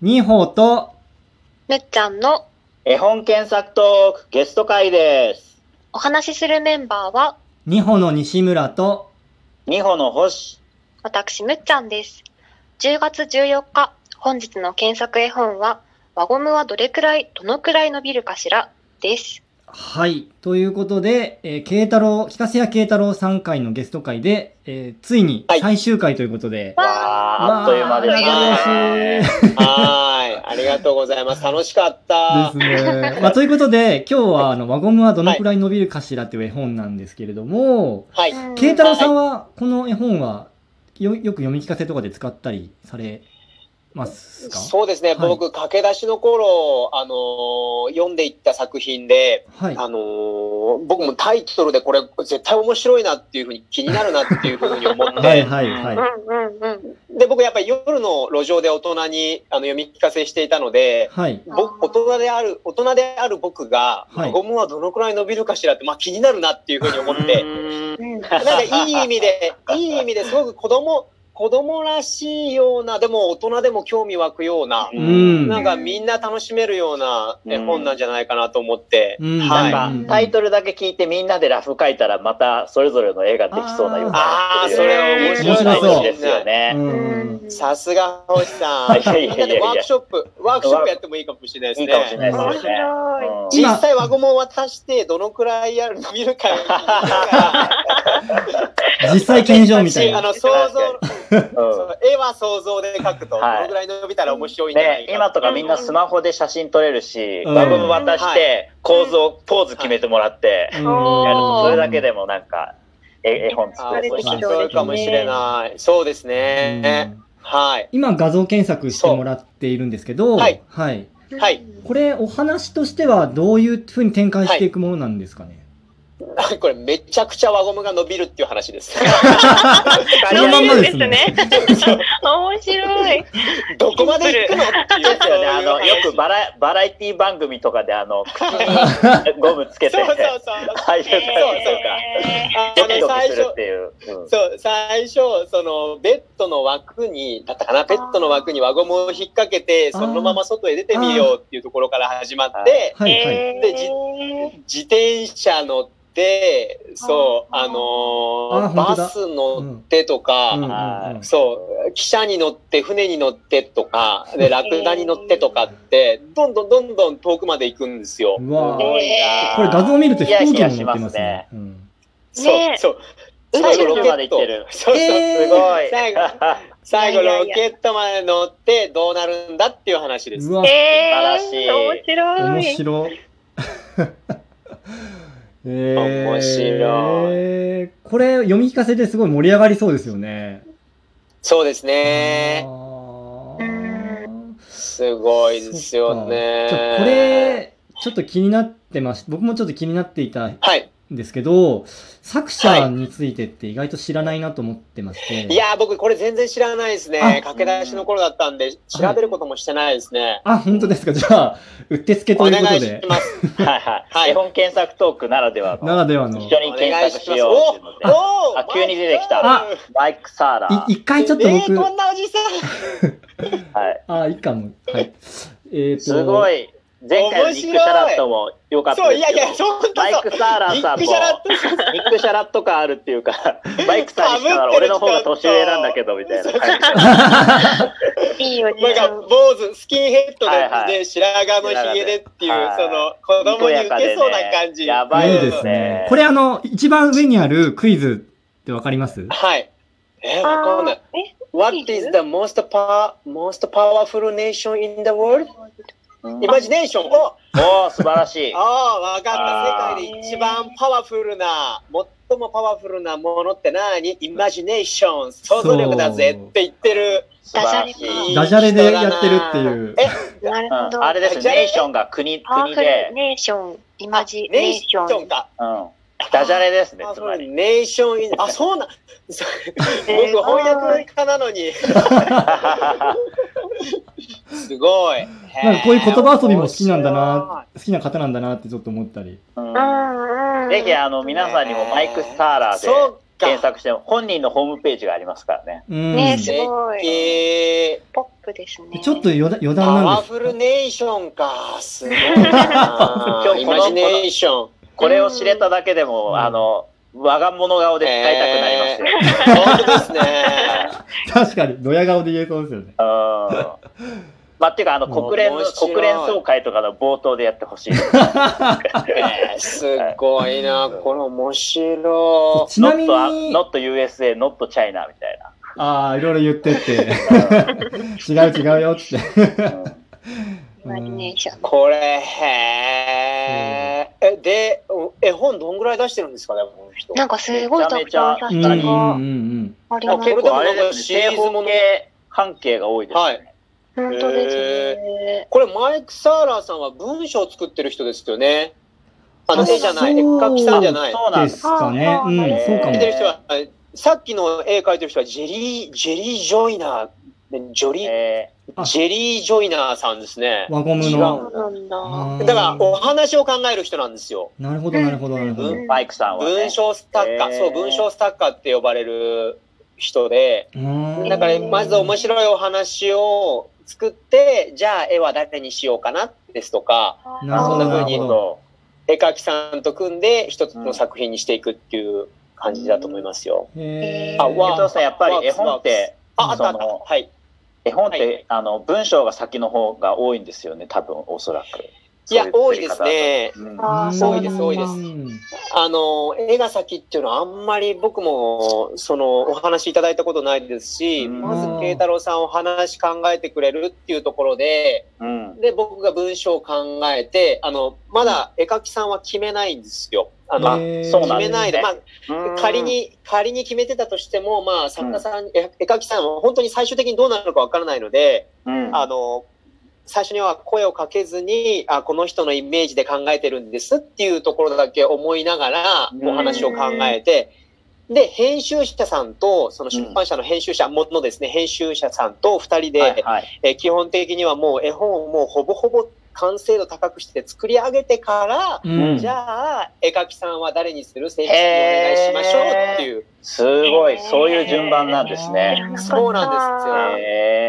二歩と、むっちゃんの絵本検索トークゲスト会です。お話しするメンバーは、二歩の西村と、二歩の星。私むっちゃんです。10月14日、本日の検索絵本は、輪ゴムはどれくらい、どのくらい伸びるかしらです。はい。ということで、えー、慶太郎、北瀬谷慶太郎さん回のゲスト会で、えーついにはい最終回ということで、わーわあ、あっという間ですね。わはーい。ありがとうございます。楽しかったで。す ね。まあ、ということで、今日は、あの、輪ゴムはどのくらい伸びるかしらっていう絵本なんですけれども、はい。うん慶太郎さんは、この絵本は、よ、よく読み聞かせとかで使ったりされますかそうですね。はい僕、駆け出しの頃、あのー読んでいった作品で、はい。あのー僕もタイトルでこれ絶対面白いなっていうふうに気になるなっていうふうに思って。 はいはいはいうんうんうん。で、僕やっぱり夜の路上で大人にあの読み聞かせしていたので、はい。僕、大人である、大人である僕が、はいゴムはどのくらい伸びるかしらって、まあ気になるなっていうふうに思って、うんうんなんかいい意味で、いい意味ですごく子供、子供らしいような、でも大人でも興味湧くような、うんなんかみんな楽しめるような絵本なんじゃないかなと思って、うんはい。なあんタイトルだけ聞いてみんなでラフ書いたらまたそれぞれの絵ができそうなようなあー、それれ面白面い白そうですようね。ん。さすが星さん。いやいやいやいやみんなでワークショップ、ワークショップやってもいいかもしれないですいいね。かもしれない面ですね。白い。うん今実際輪ゴムを渡してどのくらいやる伸びるかよ実際検証みたいなあ。の想像うんその絵は想像で描くとどはいのくらい伸びたら面白いんじゃなねい、今かとかみんなスマホで写真撮れるし、うん輪ゴム渡して、構図を、ポーズ決めてもらって、うやんうるんと、それだけでもなんか、絵絵本あ作ーれ面そあうーなそう白いかもしれないそうですねはい今画像検索してもらっているんですけど、そうはいはいはいこれお話としてはどういうふうに展開していくものなんですかね、これめちゃくちゃ輪ゴムが伸びるっていう話で すそのまんまですね面白い。どこまで行くのっていうですよね、あの、そういう話よくバラバラエティ番組とかで、あの、口にゴムつけて、そうそうそうああいう感じとか、あドキのドキ最する初っていう。うんそう、最初、その、ベッドの枠に、だったかな、ベッドの枠に輪ゴムを引っ掛けて、あーそのまま外へ出てみようっていうところから始まって、はいはい、でじ自転車乗って、そう、あーああーのー本当だバス乗ってとか、うんうんうんはいそう、汽車に乗って、船に乗ってとか、で、ラクダに乗ってとかって、どんどんどんどん遠くまで行くんですよ。うわすごーいなこれ画像見ると飛行ヒ機ヤにヒ乗っヤてしまますすねね。うんそう、ねそう。最後の方まで行ってる。そうそう。えーすごい。最後最後ロケットまで乗ってどうなるんだっていう話です。うわ、えー、素晴らし面い白面い。白い えー面白いえーこれ読み聞かせですごい盛り上がりそうですよねそうですね。あうーすごいですよねそっかちょ。これ、ちょっと気になってまし、僕もちょっと気になっていたんはい。ですけど、作者についてって意外と知らないなと思ってまして。いやー、僕これ全然知らないですね。あ駆け出しの頃だったんで、調べることもしてないですね。あ、本当ですか。じゃあ、うってつけおという願こといしで、ます。はいはいはい絵本検索トークならではの。ならではの。一緒に検索しようっていうので。おあ急に出てきたあマイク・サーラいー。一回ちょっとねえ、僕、こんなおじさはい、あ、いいかも。はい。えっ、と、すごい。前回のニック・シャラットも良かっん。たそう、でいすけやいど。や、そうマイだク・サーラそう。ービさッんも、グニシャラッとック・シャラット感あるっていうか、マイク・サーラーにしたから俺の方が年上なんだけど、みたいな感じ。いいよ、なんちゃかん。坊主スキンヘッドで,、はいはいで白髪のひげでっていう、はいその子供に受けそうな感じ。にこやかいでねいですやばね。これあの、一番上にあるクイズってわかりますはい。えー、わかんない。え What is the most power most powerful nation in the world? イマジネーション。お、おー、素晴らしい。ああ、わかった。あー世界で一番パワフルな、最もパワフルなものって何？イマジネーション、想像力だぜって言ってる。素晴らしい。ダういい人だなダジャレでやってるっていうえ、なるほん、ど。あれですじゃあね、ネーションが国、パワ国フルで、ネーション、イマジネネーーシション。ョンか。うん、ダジャレですね、つまり。ネーションイン、あ、そう なん。僕翻訳家なのに。すごい。なんかこういう言葉遊びも好きなんだな、好きな方なんだなってちょっと思ったり。うんうんうん。ぜひあの皆さんにもマイク・サーラーでそうか。検索しても、本人のホームページがありますからね。うんねす絶ごい景。ポップですね。ちょっと余談余パ談なんワですフルネーションか。すごいな今。日イこのマジネーション。これを知れただけでも、うんあの、我が物顔で使いたくなりますよ。本当ですね。確かに、ドヤ顔で言えそうですよね。うんまあ、っていうか、あの、うん国連の面、白い国連総会とかの冒頭でやってほしい です。えーすごいな、この面白ちなみ not, に、 not USA, not China みたいな。ああ、いろいろ言って って、違う違うよ って。うんマリネーション。い。これ、へーえ、で、お絵本どんぐらい出してるんですかね、この人。なんかすごいたくさん出うめんうしんたうのがんうん。あります結これね。でも構あなんかれですね、シー正ズン方もの形関係が多いですね。はい。本当ですね。これ、マイク・サーラーさんは文章を作ってる人ですよね。あの、あ絵じゃない、そう絵描きさんじゃない。そうなんでですす。かね。うん、そうか描もいて。る人は、えさっきの絵描いてる人は、ジェリー、ジェリー・ジョイナー、ジョリー、えあジェリー・ジョイナーさんですね。輪ゴム違の。そうなんだ。あーだから、お話を考える人なんですよ。なるほど、なるほど、なるほど。ー、マイクさんは、ね。文章作家、へーそう文章作家って呼ばれる人でうんだからまず面白いお話を作ってじゃあ絵は誰にしようかなですとかなるほど、なるほど。ど。絵描きさんと組んで一つの作品にしていくっていう感じだと思いますよ。へあー伊わ藤さん、やっぱり絵本って、ああったあっそたのはい絵本って、はいあの文章が先の方が多いんですよね、多分おそらく。いやそう多う作いりで方だすと。ねうんあー多いです多いですうんあの絵が先っていうのはあんまり僕もそのお話いただいたことないですしうんまず慶太郎さんお話考えてくれるっていうところでうん。で、僕が文章を考えて、あの、まだ絵描きさんは決めないんですよ。あの、へーそう決なんめですねないで、まうあ、ん仮、に、仮に決めてたとしても、まあ、作家さん、絵絵描きさんは本当に最終的にどうなるのかわからないので、うん、あの、最初には声をかけずに、あ、この人のイメージで考えてるんですっていうところだけ思いながらう、んお話を考えて、で、編集者さんと、その出版社の編集者ものですね、編集者さんと二人で、はいはい、えー基本的にはもう絵本をもうほぼほぼ完成度高くして作り上げてから、うんじゃあ絵描きさんは誰にする正式にお願いしましょうっていう、すごい、そういう順番なんですね。ーそうなんですよ。へー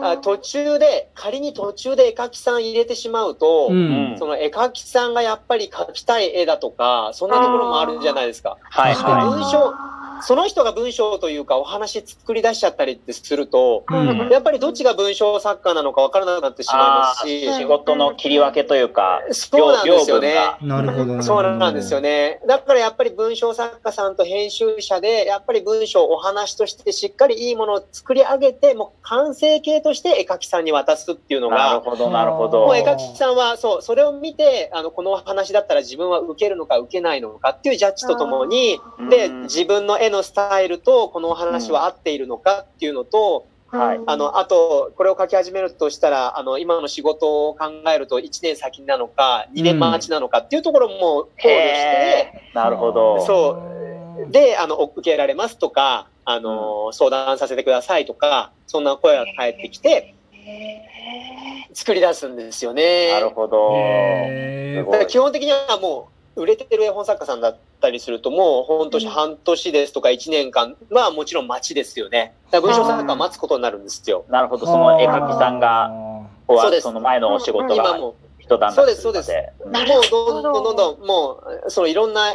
あ途中で仮に途中で絵描きさん入れてしまうと、うんその絵描きさんがやっぱり描きたい絵だとかそんなところもあるじゃないですか。はい確かはにい。文章その人が文章というかお話作り出しちゃったりってするとうんやっぱりどっちが文章作家なのかわからなくなってしまあいますしー仕事の切り分けというか、そうなんですよね。なるほど。そうなんですよね。ね。だからやっぱり文章作家さんと編集者で、やっぱり文章お話としてしっかりいいものを作り上げて、もう完成形として絵描きさんに渡すっていうのなるが、ほど、なるほもう怖絵い。ど。描きさんは、そう、それを見て、あの、このお話だったら自分は受けるのか受けないのかっていうジャッジとともに、で、うん自分の絵のスタイルと、このお話は合っているのかっていうのと、はいあの、あと、これを書き始めるとしたら、あの、今の仕事を考えると1年先なのか、2年待ちなのかっていうところも考慮して、へーなるほど。そうで、あの、受けられますとか、あの、相談させてくださいとか、そんな声が返ってきて、作り出すんですよね。なるほど。へーすだかごらい基本的にはもう、売れてる絵本作家さんだったりすると、もう、本当うん半年ですとか1年間はもちろん待ちですよね。だから文章作家は待つことになるんですよ。なるほど、その絵描きさんが、こうそうですその前のお仕事今がも、一段落そうですそうですするまもなうるほどどんどんどんどん、もう、そのいろんな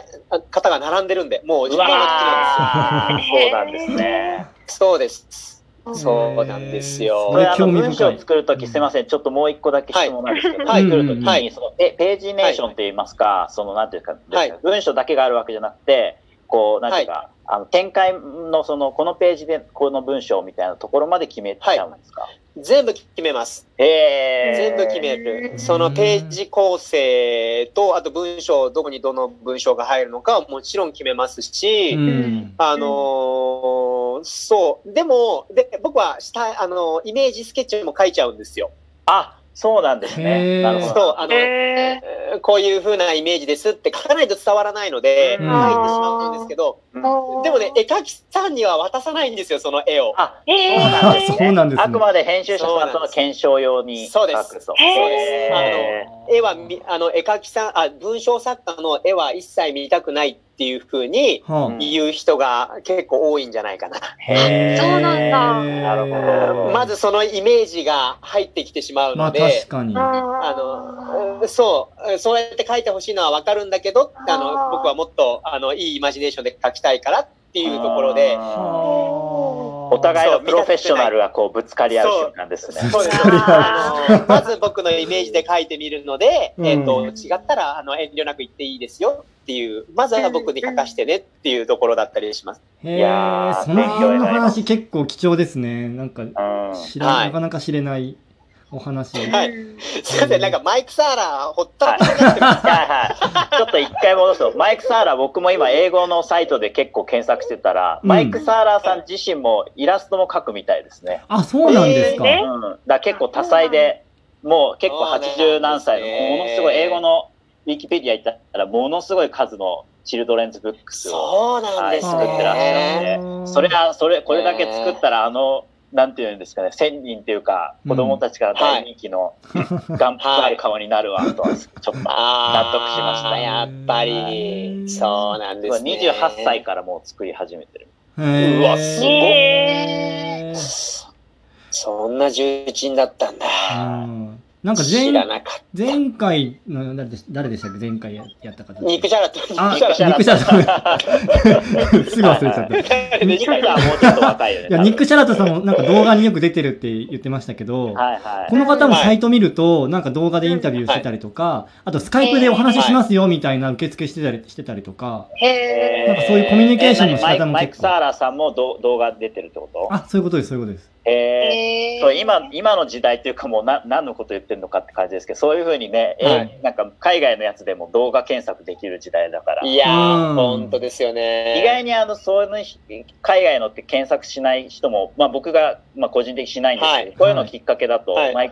方が並んでるんで、もう時う間が来てなわーんでへそうーなんですね。すよ。そうです。うそうなんですよ。ここれれあの興味深い文章を作るとき、すみません、ちょっともう一個だけ質問なんですけど、はい作るときに、はいそのペページネーションといいますか、そのなんていうか、はい文章だけがあるわけじゃなくて、こう、なんていうか、あの展開のそのこのページでこの文章みたいなところまで決めちゃうんですか、全部決めます。へ全ー部決める。そのページ構成と、あと文章、どこにどの文章が入るのかはもちろん決めますし、うん。あのーそう。でも、で、僕は下、あのーイメージスケッチも書いちゃうんですよ。あ、そうなんですへーね。なるほそうど。、あの、えーこういう風なイメージですって書かないと伝わらないので、うん書いてしまうんですけど、でもね、絵描きさんには渡さないんですよ、その絵を。あ、えそうなんですね。そうなんですねあくまで編集者さんとの検証用にそ書うくでと。すそうですへー絵はみ、あの、絵描きさん、あ、文章作家の絵は一切見たくないっっていうふうにはあ。言う人が結構多いんじゃないかな。へえ。そうなんだなるほどまずそのイメージが入ってきてしまうまあので、確かに。はああの、そう、そうやって書いてほしいのはわかるんだけど、ああーの、僕はもっと、あの、いいイマジネーションで書きたいからっていうところで、あーあお互いのプロフェッショナルがこうぶつかり合う瞬間ですね。そうそうですそれあはのまず僕のイメージで書いてみるので、うんえっと、違ったら、あの、遠慮なく言っていいですよっていう、まずは僕に書かしてねっていうところだったりします。へいえや。ーその辺勉強にのなります話結構貴重ですね。なんかうん知らんはいなかなか知れないお話。ーはいうんすいません、なんかマイクサーラー、ほったらかしになってますはいはい。ちょっと一回戻すと、 マイク・サーラー、僕も今、英語のサイトで結構検索してたら、うんマイク・サーラーさん自身もイラストも描くみたいですね。あ、そうなんですか。えうん、だから結構多彩で、もう結構80何歳の、そうなんですねものすごい英語のウィキペディア行ったら、ものすごい数のチルドレンズブックスを、そうなんです作ってらっしゃるね。あーそれは、それ、これだけ作ったら、あの、なんていうんですかね、1000人っていうか、子供たちから大人気の、頑張る顔になるわ、と、ちょっと。ああ、や納っ得しまぱしたり、そうなんですね。 28歳からもう作り始めてる。へーうわすごいへーそんな重鎮だったんだ。うんなんか知前らなかっ前回の誰でし誰でしたっけ前回ややった方た。肉じゃがと肉じゃあが肉と。シャラト すぐ忘れちゃった。いニカさんはもうちょっと若いよね。や、多分肉シャラトさんもなんか動画によく出てるって言ってましたけど、はいはこの方もサイト見ると、なんか動画でインタビューしてたりとか、あとスカイプでお話ししますよみたいな受付してたりしてたりとか、へい。ーなんかそういうコミュニケーションの仕え方何もマイク・結サ構。ーラーさんもど動画出てるってことあ、そういうことです、そういうことです。へえ。へーそう今今の時代っていうかもうな何のこと言ってるのかって感じですけどそういうふうにね、えーはいなんか海外のやつでも動画検索できる時代だからいやうー、ん本当ですよね。意外にあのそういうのひ海外のって検索しない人も、まあ、僕が、まあ、個人的にしないんですけど、はいこういうのきっかけだと、はいマイク